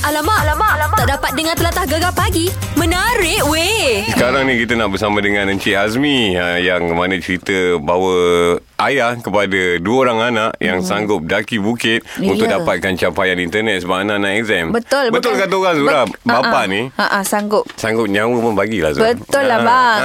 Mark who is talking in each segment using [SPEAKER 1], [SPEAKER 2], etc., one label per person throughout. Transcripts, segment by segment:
[SPEAKER 1] Alamak, alamak, alamak. Tak dapat dengar telatah gegar pagi. Menarik weh.
[SPEAKER 2] Sekarang ni kita nak bersama dengan Encik Azmi ha, Yang mana cerita bahawa ayah kepada dua orang anak Yang sanggup daki bukit
[SPEAKER 3] Hmm. Ya.
[SPEAKER 2] Untuk dapatkan capaian internet sebab anak nak exam
[SPEAKER 3] Betul
[SPEAKER 2] Betul
[SPEAKER 3] bukan-
[SPEAKER 2] kata orang Zura
[SPEAKER 3] Bet-
[SPEAKER 2] Bapa
[SPEAKER 3] Ha-ha.
[SPEAKER 2] ni
[SPEAKER 3] Ha ah sanggup.
[SPEAKER 2] Sanggup nyawa pun bagilah Zura Ah,
[SPEAKER 3] Betul lah bang.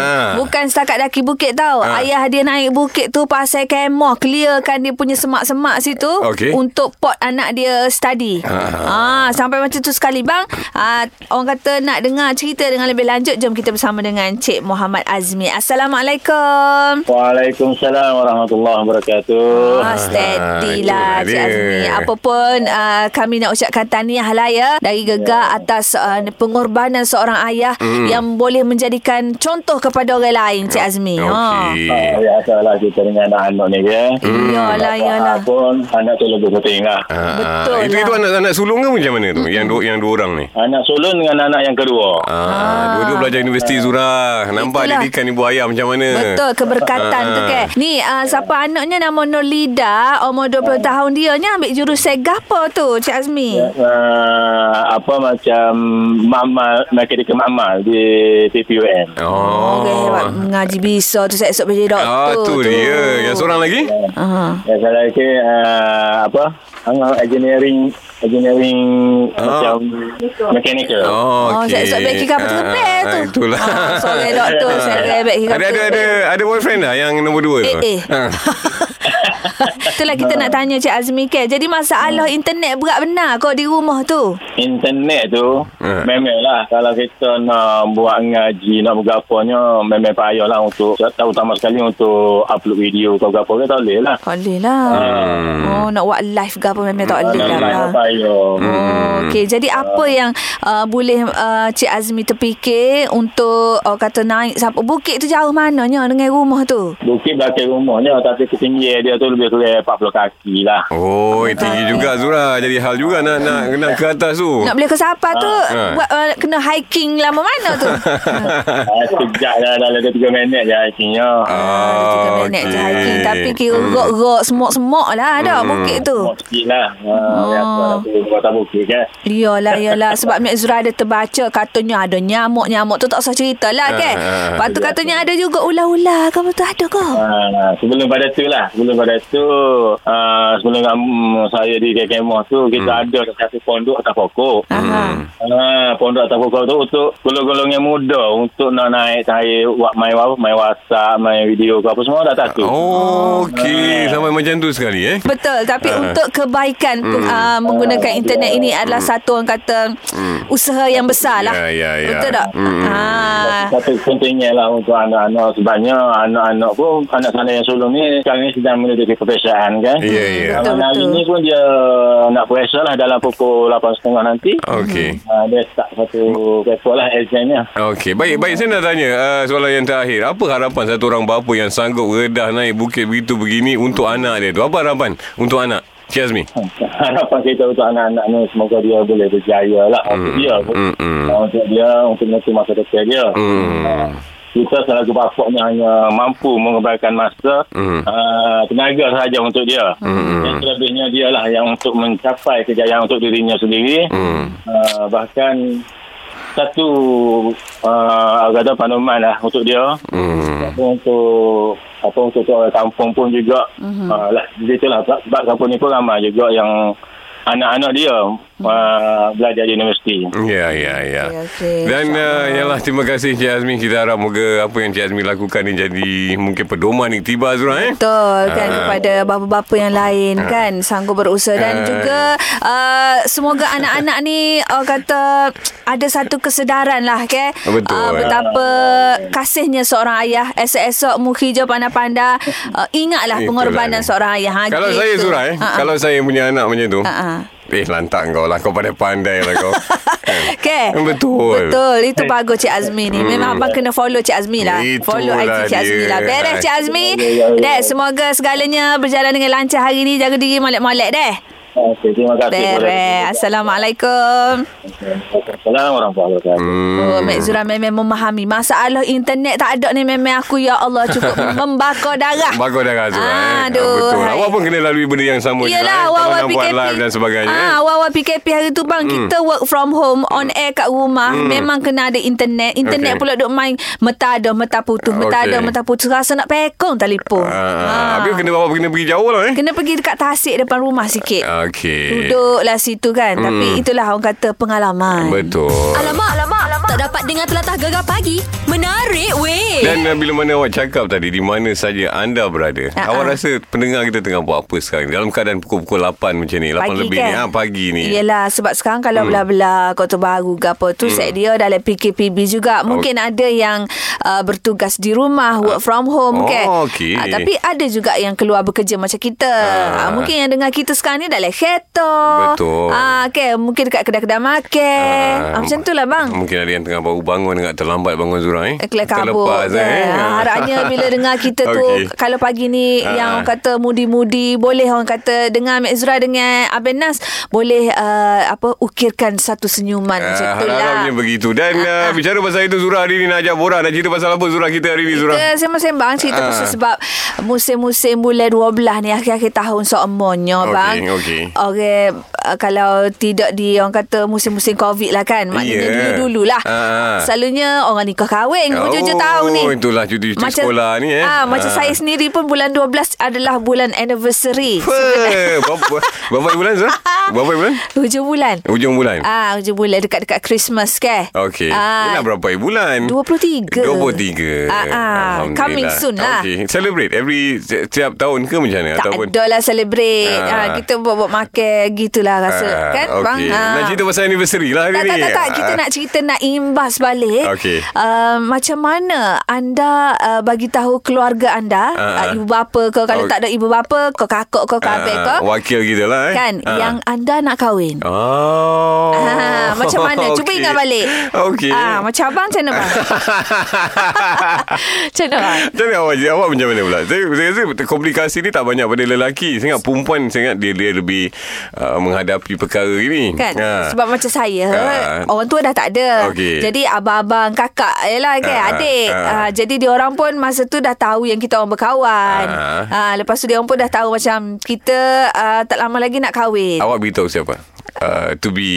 [SPEAKER 3] Bukan setakat daki bukit tau.
[SPEAKER 2] Ha.
[SPEAKER 3] Ayah dia naik bukit tu pasal kemoh. Clearkan dia punya semak-semak situ.
[SPEAKER 2] Okey.
[SPEAKER 3] Untuk pot anak dia study.
[SPEAKER 2] Ha.
[SPEAKER 3] Ha. Sampai macam tu sekali bang. Ha, orang kata nak dengar cerita dengan lebih lanjut. Jom kita bersama dengan Cik Muhammad Azmi. Assalamualaikum.
[SPEAKER 4] Waalaikumsalam warahmatullahi wabarakatuh.
[SPEAKER 3] Ah, steady lah
[SPEAKER 2] itulah
[SPEAKER 3] Cik
[SPEAKER 2] dia.
[SPEAKER 3] Azmi. Apa pun uh, kami nak ucapkan tahniah lah ya dari Gegar atas uh, pengorbanan seorang ayah
[SPEAKER 2] Hmm.
[SPEAKER 3] yang boleh menjadikan contoh kepada orang lain Cik Azmi. Ha.
[SPEAKER 2] Okey
[SPEAKER 4] Ah, biasalah kita dengan anak-anak ni je.
[SPEAKER 3] Hmm. Yalah,
[SPEAKER 4] Tak
[SPEAKER 3] yalah.
[SPEAKER 4] Pun anak tu lebih penting lah.
[SPEAKER 2] Ah, ah.
[SPEAKER 3] betul
[SPEAKER 2] Itu,
[SPEAKER 3] lah. Hmm.
[SPEAKER 2] itu anak, anak sulung ke macam mana tu Yang dua, yang dua orang ni
[SPEAKER 4] Anak sulung dengan anak yang kedua.
[SPEAKER 2] Ah, Dua-dua belajar universiti Zura Nampak
[SPEAKER 3] Itulah.
[SPEAKER 2] didikan ibu ayah macam mana
[SPEAKER 3] Betul, keberkatan
[SPEAKER 2] Ah,
[SPEAKER 3] tu ke. Ni, uh, siapa anaknya nama Nolida, umur 20
[SPEAKER 2] Ya.
[SPEAKER 3] tahun dia, ni ambil jurusan gapo tu, Cik Azmi?
[SPEAKER 4] Ah, apa macam mamal mekanikal mamal di TPUM.
[SPEAKER 2] Oh,
[SPEAKER 3] Okey, hebat. Mengaji bisa tu, saya esok jadi doktor
[SPEAKER 2] Ah, tu, dia Yang seorang lagi
[SPEAKER 3] Ah.
[SPEAKER 4] Ya kalau ke ah, apa? Angang engineering engineering macam mechanical.
[SPEAKER 2] Oh,
[SPEAKER 3] Oh,
[SPEAKER 2] okay.
[SPEAKER 3] saya esok beg kira apa terkepek
[SPEAKER 2] Ah,
[SPEAKER 3] tu.
[SPEAKER 2] Itulah.
[SPEAKER 3] Ah, sorry, doktor. Saya kira beg kira
[SPEAKER 2] Ada, ada, ada. Ada boyfriend dah yang nombor dua tu.
[SPEAKER 3] Eh, eh.
[SPEAKER 2] Ah.
[SPEAKER 3] Itulah kita nak tanya Cik Azmi ke. Jadi masalah
[SPEAKER 2] Hmm.
[SPEAKER 3] internet berat benar kau di rumah tu.
[SPEAKER 4] Internet tu
[SPEAKER 2] Ha.
[SPEAKER 4] memanglah kalau kita nak buat ngaji nak bergapanya memang payahlah lah untuk terutama sekali untuk upload video ke bergapa ke tak boleh lah.
[SPEAKER 3] Tak boleh lah.
[SPEAKER 2] Hmm.
[SPEAKER 3] Oh, nak buat live ke apa memang tak boleh lah.
[SPEAKER 4] Memang payah.
[SPEAKER 3] Oh,
[SPEAKER 2] Hmm.
[SPEAKER 3] okay. Jadi apa yang uh, boleh uh, Cik Azmi terfikir untuk uh, kata naik sampai bukit tu jauh mananya dengan rumah tu?
[SPEAKER 4] Bukit belakang rumahnya tapi ketinggian dia tu lebih kurang 40 kaki lah.
[SPEAKER 2] Oh, eh, tinggi juga Zura. Jadi hal juga nak nak nak ke atas tu.
[SPEAKER 3] Nak boleh ke Sabah tu
[SPEAKER 2] Oh. Ah.
[SPEAKER 3] buat uh, kena hiking lama mana tu?
[SPEAKER 4] Ah, Sekejap dah dalam 2-3 minit je hiking-nya.
[SPEAKER 3] Tiga
[SPEAKER 2] Ah,
[SPEAKER 3] minit je
[SPEAKER 2] okey. Hmm.
[SPEAKER 3] hiking Tapi kira rok-rok Semok-semok lah Ada bukit tu
[SPEAKER 4] Semua sikit lah. Ah,
[SPEAKER 3] Oh.
[SPEAKER 4] Biasa lah tu kota bukit kan.
[SPEAKER 3] Yalah, yalah. lah, ya Sebab Mek Zura ada terbaca katanya ada nyamuk-nyamuk tu tak usah cerita lah kan.
[SPEAKER 2] Ah, ah,
[SPEAKER 3] Lepas tu katanya ada juga ular-ular. Kamu tu ada ke?
[SPEAKER 4] Ah, sebelum pada tu lah sebelum pada tu ah, sebelum um, saya di KKMO tu kita ada satu pondok atas pokok
[SPEAKER 3] Hmm.
[SPEAKER 4] Ah, pondok atas pokok tu untuk golong-golong yang muda untuk nak naik saya buat main apa main WhatsApp main video ke apa semua dah tak tu
[SPEAKER 2] Oh,
[SPEAKER 3] Hmm.
[SPEAKER 2] okey. Sampai macam tu sekali eh.
[SPEAKER 3] Betul. Tapi untuk kebaikan
[SPEAKER 2] Hmm.
[SPEAKER 3] peng- ah, menggunakan internet ini adalah satu orang kata usaha yang besar lah.
[SPEAKER 2] Hmm. Ya, ya, ya.
[SPEAKER 3] Betul tak?
[SPEAKER 2] Hmm.
[SPEAKER 3] Ah.
[SPEAKER 4] Satu pentingnya lah untuk anak-anak sebabnya anak-anak pun anak sana yang sulung ni sekarang ni sedang menuju perbezaan kan.
[SPEAKER 2] Ya, ya.
[SPEAKER 4] Zaman
[SPEAKER 3] Betul,
[SPEAKER 4] hari
[SPEAKER 3] betul.
[SPEAKER 4] ni pun dia nak periksa lah dalam pukul 8.30 nanti.
[SPEAKER 2] Okey.
[SPEAKER 3] Hmm.
[SPEAKER 4] Uh, dia start satu paper lah examnya.
[SPEAKER 2] Okey, baik baik saya nak tanya uh, soalan yang terakhir. Apa harapan satu orang bapa yang sanggup redah naik bukit begitu begini untuk anak dia tu? Apa harapan untuk anak? Cik Azmi.
[SPEAKER 4] Harapan kita untuk anak-anak ni semoga dia boleh berjaya lah untuk dia.
[SPEAKER 2] mm, mm.
[SPEAKER 4] Uh, Untuk dia, untuk nanti masa depan dia. Ah,
[SPEAKER 2] Hmm.
[SPEAKER 4] Kita selaku bapak ni hanya mampu mengembalikan masa
[SPEAKER 2] Mm.
[SPEAKER 4] uh, tenaga sahaja untuk dia.
[SPEAKER 2] Mm.
[SPEAKER 4] Yang selebihnya dia lah yang untuk mencapai kejayaan untuk dirinya sendiri.
[SPEAKER 2] Hmm.
[SPEAKER 4] Uh, bahkan satu uh, kata panuman lah untuk dia
[SPEAKER 2] Hmm.
[SPEAKER 4] apa untuk apa untuk orang kampung pun juga mm-hmm. uh, lah dia tu lah sebab, sebab kampung ni pun ramai juga yang anak-anak dia uh, belajar di universiti
[SPEAKER 2] Ya, ya, ya.
[SPEAKER 3] Okey, okey.
[SPEAKER 2] Dan uh, yalah terima kasih Cik Azmi. Kita harap moga apa yang Cik Azmi lakukan ni jadi mungkin pedoman ni tiba Azura eh.
[SPEAKER 3] Betul kan
[SPEAKER 2] Ah.
[SPEAKER 3] kepada bapa-bapa yang lain kan sanggup berusaha dan
[SPEAKER 2] Ah.
[SPEAKER 3] juga uh, semoga anak-anak ni uh, kata ada satu kesedaran lah ke
[SPEAKER 2] Ah, Betul.
[SPEAKER 3] Uh, betapa kasihnya seorang ayah esok-esok mukhija pandai-pandai uh, ingatlah
[SPEAKER 2] Itulah
[SPEAKER 3] pengorbanan
[SPEAKER 2] dia.
[SPEAKER 3] seorang ayah ha,
[SPEAKER 2] Kalau saya Zura eh,
[SPEAKER 3] Ha, ha.
[SPEAKER 2] kalau saya punya anak macam tu.
[SPEAKER 3] Ah, ah.
[SPEAKER 2] Eh lantak kau lah Kau pandai-pandai lah kau
[SPEAKER 3] Okay.
[SPEAKER 2] Ah, Betul. Eh. Hmm.
[SPEAKER 3] Betul. Itu bagus Cik Azmi ni. Memang abang kena follow Cik Azmi lah.
[SPEAKER 2] Itulah
[SPEAKER 3] follow IG Cik Azmi
[SPEAKER 2] dia.
[SPEAKER 3] lah. Beres Cik Azmi.
[SPEAKER 4] Ya, ya, ya.
[SPEAKER 3] Dek, semoga segalanya berjalan dengan lancar hari ni. Jaga diri molek-molek deh.
[SPEAKER 4] Okey, terima kasih.
[SPEAKER 3] Tereh. Assalamualaikum.
[SPEAKER 4] Assalamualaikum warahmatullahi wabarakatuh.
[SPEAKER 3] Hmm. Oh, Mek Zura memang memahami. Masalah internet tak ada ni memang aku, ya Allah, cukup membakar darah.
[SPEAKER 2] Bakar darah tu eh.
[SPEAKER 3] Aduh.
[SPEAKER 2] Betul.
[SPEAKER 3] hai.
[SPEAKER 2] Awak pun kena lalui benda yang
[SPEAKER 3] Yelah,
[SPEAKER 2] sama juga. eh. Kalau
[SPEAKER 3] awal-awal
[SPEAKER 2] nak
[SPEAKER 3] PKP.
[SPEAKER 2] buat live dan
[SPEAKER 3] Ah,
[SPEAKER 2] sebagainya. eh. Hmm.
[SPEAKER 3] awal-awal PKP hari tu bang, kita work from home, on air kat rumah. Memang kena ada internet. Internet
[SPEAKER 2] Okey.
[SPEAKER 3] pula duk main meta ada, meta putus, meta
[SPEAKER 2] Okey.
[SPEAKER 3] ada, meta putus. Rasa nak pekong telefon.
[SPEAKER 2] Ah, Habis kena awak kena pergi jauh lah eh.
[SPEAKER 3] Kena pergi dekat tasik depan rumah sikit.
[SPEAKER 2] Ah, Okey. Hmm.
[SPEAKER 3] Duduklah situ kan. Tapi itulah orang kata pengalaman.
[SPEAKER 2] Betul.
[SPEAKER 1] Alamak, alamak, alamak. Tak dapat dengar telatah gegar pagi. Menarik weh.
[SPEAKER 3] Eh.
[SPEAKER 2] Dan uh, bila mana awak cakap tadi Di mana saja anda berada
[SPEAKER 3] Ah,
[SPEAKER 2] Awak
[SPEAKER 3] ah.
[SPEAKER 2] rasa pendengar kita tengah buat apa sekarang ni? Dalam keadaan pukul-pukul 8 macam ni 8
[SPEAKER 3] Pagi
[SPEAKER 2] lebih
[SPEAKER 3] kan?
[SPEAKER 2] ni ha, Pagi ni
[SPEAKER 3] Yelah sebab sekarang kalau hmm. belah-belah Kota Baru ke apa tu hmm. set dia dalam PKPB juga. Mungkin ada yang uh, bertugas di rumah work from home
[SPEAKER 2] Oh,
[SPEAKER 3] kan.
[SPEAKER 2] okey.
[SPEAKER 3] Ah, tapi ada juga yang keluar bekerja macam kita.
[SPEAKER 2] Ah.
[SPEAKER 3] Ah. mungkin yang dengar kita sekarang ni dalam kereta.
[SPEAKER 2] Betul.
[SPEAKER 3] Ah kan mungkin dekat kedai-kedai makan.
[SPEAKER 2] Ah,
[SPEAKER 3] Ah. macam tu lah bang.
[SPEAKER 2] Mungkin ada yang tengah baru bangun Agak terlambat bangun Zura eh
[SPEAKER 3] Eh, Kelak kabut
[SPEAKER 2] Terlepas
[SPEAKER 3] je.
[SPEAKER 2] eh
[SPEAKER 3] Ah, Harapnya bila dengar kita tu
[SPEAKER 2] Okey.
[SPEAKER 3] okay. Kalau pagi ni
[SPEAKER 2] Ah.
[SPEAKER 3] Yang orang kata mudi-mudi Boleh orang kata Dengar Mek Zura dengan Abang Nas Boleh uh, apa ukirkan satu senyuman
[SPEAKER 2] Ah,
[SPEAKER 3] Macam tu lah ah.
[SPEAKER 2] Harapnya begitu Dan uh, bicara pasal itu Zura hari ni nak ajak borak Nak cerita pasal apa Zura kita hari ni Zura
[SPEAKER 3] Kita sembang-sembang cerita
[SPEAKER 2] Ah.
[SPEAKER 3] pasal sebab musim-musim bulan 12 ni akhir-akhir tahun seumurnya
[SPEAKER 2] Okey,
[SPEAKER 3] bang.
[SPEAKER 2] okey.
[SPEAKER 3] Orang uh, kalau tidak di orang kata musim-musim Covid lah kan. Maknanya
[SPEAKER 2] Yeah.
[SPEAKER 3] dulu-dululah.
[SPEAKER 2] Ah.
[SPEAKER 3] Selalunya orang nikah kahwin
[SPEAKER 2] Oh,
[SPEAKER 3] hujung-hujung tahun ni.
[SPEAKER 2] itulah cuti-cuti sekolah ni, eh.
[SPEAKER 3] Ah, macam
[SPEAKER 2] Ah.
[SPEAKER 3] saya sendiri pun bulan 12 adalah bulan anniversary.
[SPEAKER 2] Apa? Berapa, berapa bulan Zura? Berapa bulan?
[SPEAKER 3] Hujung bulan.
[SPEAKER 2] Hujung bulan?
[SPEAKER 3] Ah, hujung bulan dekat-dekat Christmas ke?
[SPEAKER 2] Okey. Ah, Yelah berapa hari bulan?
[SPEAKER 3] 23. Ah,
[SPEAKER 2] 23.
[SPEAKER 3] ah.
[SPEAKER 2] Alhamdulillah.
[SPEAKER 3] Coming soon lah.
[SPEAKER 2] Okey. Celebrate every setiap setiap tahun ke macam mana?
[SPEAKER 3] Tak
[SPEAKER 2] Ataupun
[SPEAKER 3] ada lah celebrate.
[SPEAKER 2] Ah.
[SPEAKER 3] Ha. kita buat-buat makan gitulah rasa.
[SPEAKER 2] Ah,
[SPEAKER 3] kan
[SPEAKER 2] okey.
[SPEAKER 3] bang? Ah.
[SPEAKER 2] Nak cerita pasal anniversary lah hari
[SPEAKER 3] tak,
[SPEAKER 2] ni.
[SPEAKER 3] tak, tak, tak. Kita
[SPEAKER 2] Ah.
[SPEAKER 3] nak cerita nak imbas balik.
[SPEAKER 2] Okey.
[SPEAKER 3] Uh, macam mana anda uh, bagi tahu keluarga anda,
[SPEAKER 2] Ah,
[SPEAKER 3] uh,
[SPEAKER 2] ah.
[SPEAKER 3] ibu bapa ke kalau
[SPEAKER 2] Oh.
[SPEAKER 3] tak ada ibu bapa, ke kakak ke
[SPEAKER 2] Ah,
[SPEAKER 3] kakak ke,
[SPEAKER 2] Wakil kita lah eh.
[SPEAKER 3] kan
[SPEAKER 2] Ah.
[SPEAKER 3] yang anda nak kahwin.
[SPEAKER 2] Oh.
[SPEAKER 3] Ah, macam mana? Cuba
[SPEAKER 2] Okey.
[SPEAKER 3] ingat balik.
[SPEAKER 2] Okey.
[SPEAKER 3] Ah, macam abang macam mana bang? macam mana bang?
[SPEAKER 2] Jadi awak awak macam mana pula? Saya, saya rasa komplikasi ni tak banyak pada lelaki. Sangat perempuan sangat dia dia lebih uh, menghadapi perkara ini.
[SPEAKER 3] Kan
[SPEAKER 2] Ah.
[SPEAKER 3] Sebab macam saya
[SPEAKER 2] Ah.
[SPEAKER 3] Orang tua dah tak ada
[SPEAKER 2] Okey.
[SPEAKER 3] Jadi abang-abang Kakak Yelah kan
[SPEAKER 2] Ah,
[SPEAKER 3] Adik
[SPEAKER 2] ah.
[SPEAKER 3] Ah, Jadi dia orang pun Masa tu dah tahu Yang kita orang berkawan
[SPEAKER 2] Ah.
[SPEAKER 3] Ah, Lepas tu dia orang pun dah tahu Macam kita ah, Tak lama lagi nak kahwin
[SPEAKER 2] Awak beritahu siapa? Uh, to be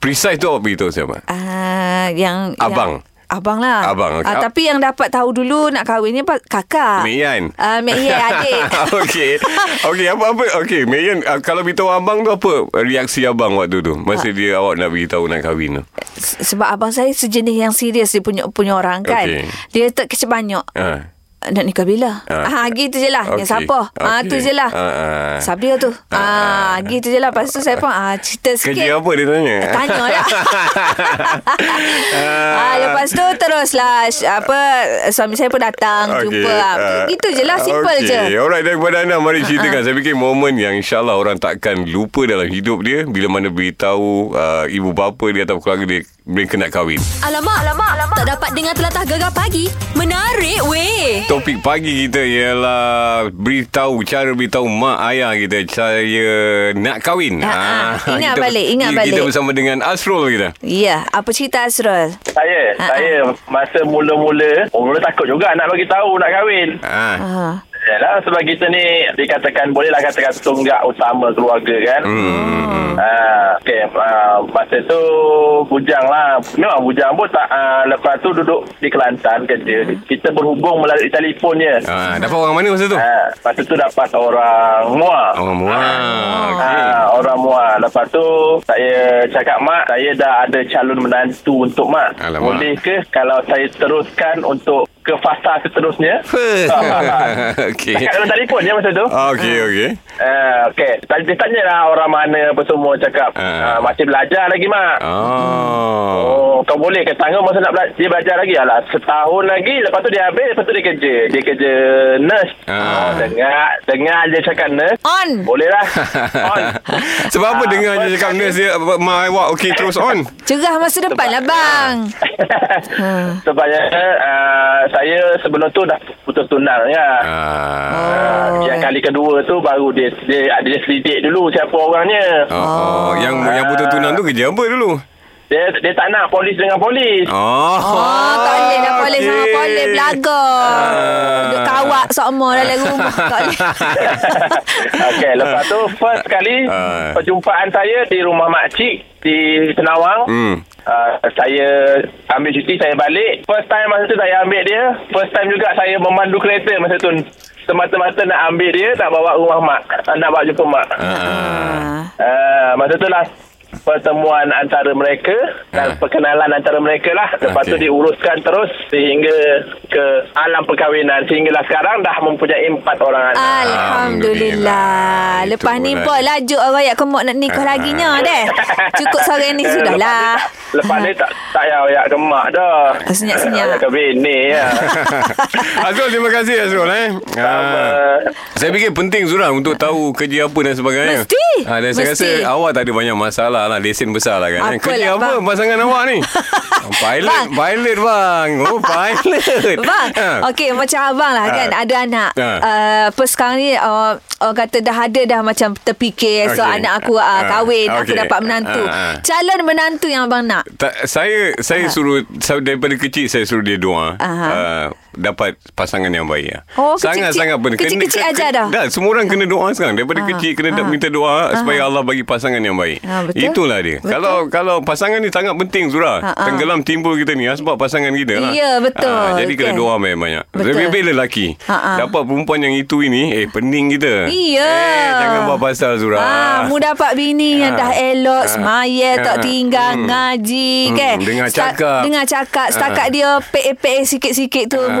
[SPEAKER 2] precise tu awak beritahu siapa?
[SPEAKER 3] Ah, Yang
[SPEAKER 2] Abang.
[SPEAKER 3] yang, Abang lah
[SPEAKER 2] Abang, okey.
[SPEAKER 3] Ah, Tapi yang dapat tahu dulu Nak kahwinnya pa- kakak
[SPEAKER 2] Mek Yan.
[SPEAKER 3] Ah, Mek Yan adik
[SPEAKER 2] Okey. Okey, apa-apa. Okey, Mayan, uh, kalau beritahu abang tu apa reaksi abang waktu tu? Masa
[SPEAKER 3] Ah.
[SPEAKER 2] dia awak nak beritahu nak kahwin tu.
[SPEAKER 3] Se- Sebab abang saya Sejenis yang serius Dia punya, punya orang kan
[SPEAKER 2] Okey.
[SPEAKER 3] Dia tak kecil banyak
[SPEAKER 2] Ha.
[SPEAKER 3] nak nikah bila?
[SPEAKER 2] Ah.
[SPEAKER 3] Ah, ha, gitu je lah. Ah, Yang
[SPEAKER 2] Okey.
[SPEAKER 3] siapa? Ah,
[SPEAKER 2] Okey.
[SPEAKER 3] tu je lah.
[SPEAKER 2] Ah, ah.
[SPEAKER 3] Sabria tu. Ah, gitu je lah. Lepas tu saya pun ah, cerita sikit.
[SPEAKER 2] Kerja apa dia tanya?
[SPEAKER 3] Tanya lah. ah, lepas tu teruslah sh- apa suami saya pun datang okay. jumpa. Ah,
[SPEAKER 2] ah.
[SPEAKER 3] gitu je lah simple
[SPEAKER 2] Okey.
[SPEAKER 3] je. Ah,
[SPEAKER 2] Alright daripada anda mari ceritakan. Saya fikir momen yang insyaAllah orang takkan lupa dalam hidup dia bila mana beritahu uh, ibu bapa dia atau keluarga dia mereka nak kahwin.
[SPEAKER 1] Alamak, alamak, alamak. Tak dapat dengar telatah gegar pagi. Menarik weh.
[SPEAKER 2] Topik pagi kita ialah beritahu cara beritahu mak ayah kita cara nak kahwin. Ah,
[SPEAKER 3] Ha, ha. Ingat balik, ingat
[SPEAKER 2] kita Kita
[SPEAKER 3] balik.
[SPEAKER 2] bersama dengan Asrul kita.
[SPEAKER 3] Ya, apa cerita Azrul?
[SPEAKER 4] Saya,
[SPEAKER 3] Ah,
[SPEAKER 4] saya masa mula-mula, oh, mula takut juga nak bagi tahu nak kahwin.
[SPEAKER 2] Ha.
[SPEAKER 3] Ah.
[SPEAKER 4] Yalah, sebab kita ni dikatakan bolehlah katakan tunggak utama keluarga kan.
[SPEAKER 3] Ha.
[SPEAKER 2] Hmm.
[SPEAKER 4] Ah, okay, ah, masa tu bujang lah. Memang bujang pun tak. Ah, lepas tu duduk di Kelantan kerja. Kita berhubung melalui telefon je.
[SPEAKER 2] Ha, dapat orang mana masa tu?
[SPEAKER 4] Ah, masa tu dapat orang Muar.
[SPEAKER 2] Orang Muar.
[SPEAKER 3] Ha.
[SPEAKER 2] Okey.
[SPEAKER 4] Ah, orang Muar. Lepas tu saya cakap mak, saya dah ada calon menantu untuk mak.
[SPEAKER 2] Alamak.
[SPEAKER 4] Boleh ke kalau saya teruskan untuk ke fasa seterusnya?
[SPEAKER 2] Okey.
[SPEAKER 4] Cakap dalam telefon je masa tu.
[SPEAKER 2] Okey, okey.
[SPEAKER 4] Uh, okay. Tadi dia tanya lah orang mana apa semua cakap.
[SPEAKER 2] Ah.
[SPEAKER 4] Uh. masih belajar lagi, Mak.
[SPEAKER 2] Oh.
[SPEAKER 4] Oh, kau boleh ke tangga masa nak belajar, dia belajar lagi? Alah, setahun lagi. Lepas tu dia habis, lepas tu dia kerja. Dia kerja nurse.
[SPEAKER 2] Ah.
[SPEAKER 4] Oh, dengar, dengar dia cakap nurse.
[SPEAKER 3] On.
[SPEAKER 4] Boleh lah. On.
[SPEAKER 2] Sebab apa
[SPEAKER 4] Ah,
[SPEAKER 2] dengar je
[SPEAKER 4] first
[SPEAKER 2] cakap
[SPEAKER 4] time
[SPEAKER 2] nurse dia mak awak okey terus on. lah.
[SPEAKER 3] Cerah masa depan lah bang.
[SPEAKER 4] Sebabnya uh, saya sebelum tu dah putus tunang ya.
[SPEAKER 2] Ah.
[SPEAKER 4] Ah, yang kali kedua tu baru dia dia dia selidik dulu siapa orangnya.
[SPEAKER 2] Oh, oh. Yang yang putus tunang tu kerja apa dulu?
[SPEAKER 4] Dia dia tak nak polis dengan polis.
[SPEAKER 2] Oh.
[SPEAKER 3] Oh, tak boleh dah polis sama
[SPEAKER 2] okey.
[SPEAKER 3] polis belaga.
[SPEAKER 2] Ah.
[SPEAKER 3] Duduk kawak semua dalam rumah. Tak boleh.
[SPEAKER 4] Okey, lepas tu first kali
[SPEAKER 2] Ah.
[SPEAKER 4] perjumpaan saya di rumah makcik di Senawang.
[SPEAKER 2] Hmm.
[SPEAKER 4] Uh, saya ambil cuti, saya balik. First time masa tu saya ambil dia. First time juga saya memandu kereta masa tu. Semata-mata nak ambil dia, nak bawa rumah mak. Uh, Nak bawa jumpa mak. Uh.
[SPEAKER 3] Ah.
[SPEAKER 4] masa tu lah pertemuan antara mereka dan
[SPEAKER 2] Ah.
[SPEAKER 4] perkenalan antara mereka lah. Lepas tu
[SPEAKER 2] Okey.
[SPEAKER 4] diuruskan terus sehingga ke alam perkahwinan. Sehinggalah sekarang dah mempunyai empat orang anak.
[SPEAKER 3] Ah, Alhamdulillah.
[SPEAKER 2] Alhamdulillah.
[SPEAKER 3] Lepas ni
[SPEAKER 2] Itulah.
[SPEAKER 3] boy lajuk orang yang kemok nak nikah
[SPEAKER 2] Ah.
[SPEAKER 3] lagi nya deh. Cukup sore ni
[SPEAKER 4] Eh,
[SPEAKER 3] sudahlah. Ah,
[SPEAKER 4] Lepas ni tak lepas ni tak payah ayak gemak dah.
[SPEAKER 3] Senyap-senyap.
[SPEAKER 4] Ayak ke bini ya.
[SPEAKER 2] Azrul terima kasih Azrul eh. Ah.
[SPEAKER 4] Sama.
[SPEAKER 2] Saya fikir penting Zura untuk tahu kerja apa dan sebagainya.
[SPEAKER 3] Mesti.
[SPEAKER 2] Ah, dan saya
[SPEAKER 3] Mesti.
[SPEAKER 2] rasa awak tak ada banyak masalah lah. Lesen besar lah kan.
[SPEAKER 3] Apalah,
[SPEAKER 2] kerja apa
[SPEAKER 3] bang.
[SPEAKER 2] pasangan awak ni? pilot,
[SPEAKER 3] Bang.
[SPEAKER 2] pilot bang. Oh, pilot.
[SPEAKER 3] Bang,
[SPEAKER 2] Ah.
[SPEAKER 3] okey macam abang lah kan
[SPEAKER 2] Ah.
[SPEAKER 3] ada anak.
[SPEAKER 2] Ah.
[SPEAKER 3] Uh, apa sekarang ni uh, orang kata dah ada dah macam terfikir so
[SPEAKER 2] Okey.
[SPEAKER 3] anak aku uh,
[SPEAKER 2] Ah.
[SPEAKER 3] kahwin, aku
[SPEAKER 2] Okey.
[SPEAKER 3] dapat menantu.
[SPEAKER 2] Ah, ah.
[SPEAKER 3] Calon menantu yang abang nak.
[SPEAKER 2] Tak, saya saya suruh saya, daripada kecil saya suruh dia doa
[SPEAKER 3] Aha.
[SPEAKER 2] uh, dapat pasangan yang baik. ya.
[SPEAKER 3] Oh, kecil-kecil-
[SPEAKER 2] sangat-sangat penting. Kena-
[SPEAKER 3] kecil-kecil
[SPEAKER 2] ke-
[SPEAKER 3] ajar
[SPEAKER 2] ke-
[SPEAKER 3] dah?
[SPEAKER 2] Dah, semua orang kena doa sekarang. Daripada
[SPEAKER 3] Aha.
[SPEAKER 2] kecil kena
[SPEAKER 3] Aha.
[SPEAKER 2] minta doa supaya Allah bagi pasangan yang baik.
[SPEAKER 3] Ah, betul.
[SPEAKER 2] Itulah dia.
[SPEAKER 3] Betul.
[SPEAKER 2] Kalau kalau pasangan ni sangat penting Zura.
[SPEAKER 3] Ah, ah.
[SPEAKER 2] Tenggelam timbul kita ni ah, sebab pasangan kita lah.
[SPEAKER 3] Ya, betul,
[SPEAKER 2] Ah, jadi kena
[SPEAKER 3] kan?
[SPEAKER 2] doa banyak-banyak.
[SPEAKER 3] Betul.
[SPEAKER 2] Lebih-lebih lelaki.
[SPEAKER 3] Ah, ah.
[SPEAKER 2] Dapat perempuan yang itu ini eh pening kita.
[SPEAKER 3] Iya.
[SPEAKER 2] Eh, jangan buat pasal Zura.
[SPEAKER 3] Ah, mu dapat bini yang
[SPEAKER 2] Ah.
[SPEAKER 3] dah elok,
[SPEAKER 2] Ah.
[SPEAKER 3] semaya, tak
[SPEAKER 2] Ah.
[SPEAKER 3] tinggal,
[SPEAKER 2] Hmm.
[SPEAKER 3] ngaji,
[SPEAKER 2] Hmm,
[SPEAKER 3] kan?
[SPEAKER 2] dengar
[SPEAKER 3] Sta-
[SPEAKER 2] cakap. Ah.
[SPEAKER 3] Dengar cakap. Setakat dia pe-pe sikit-sikit tu, mu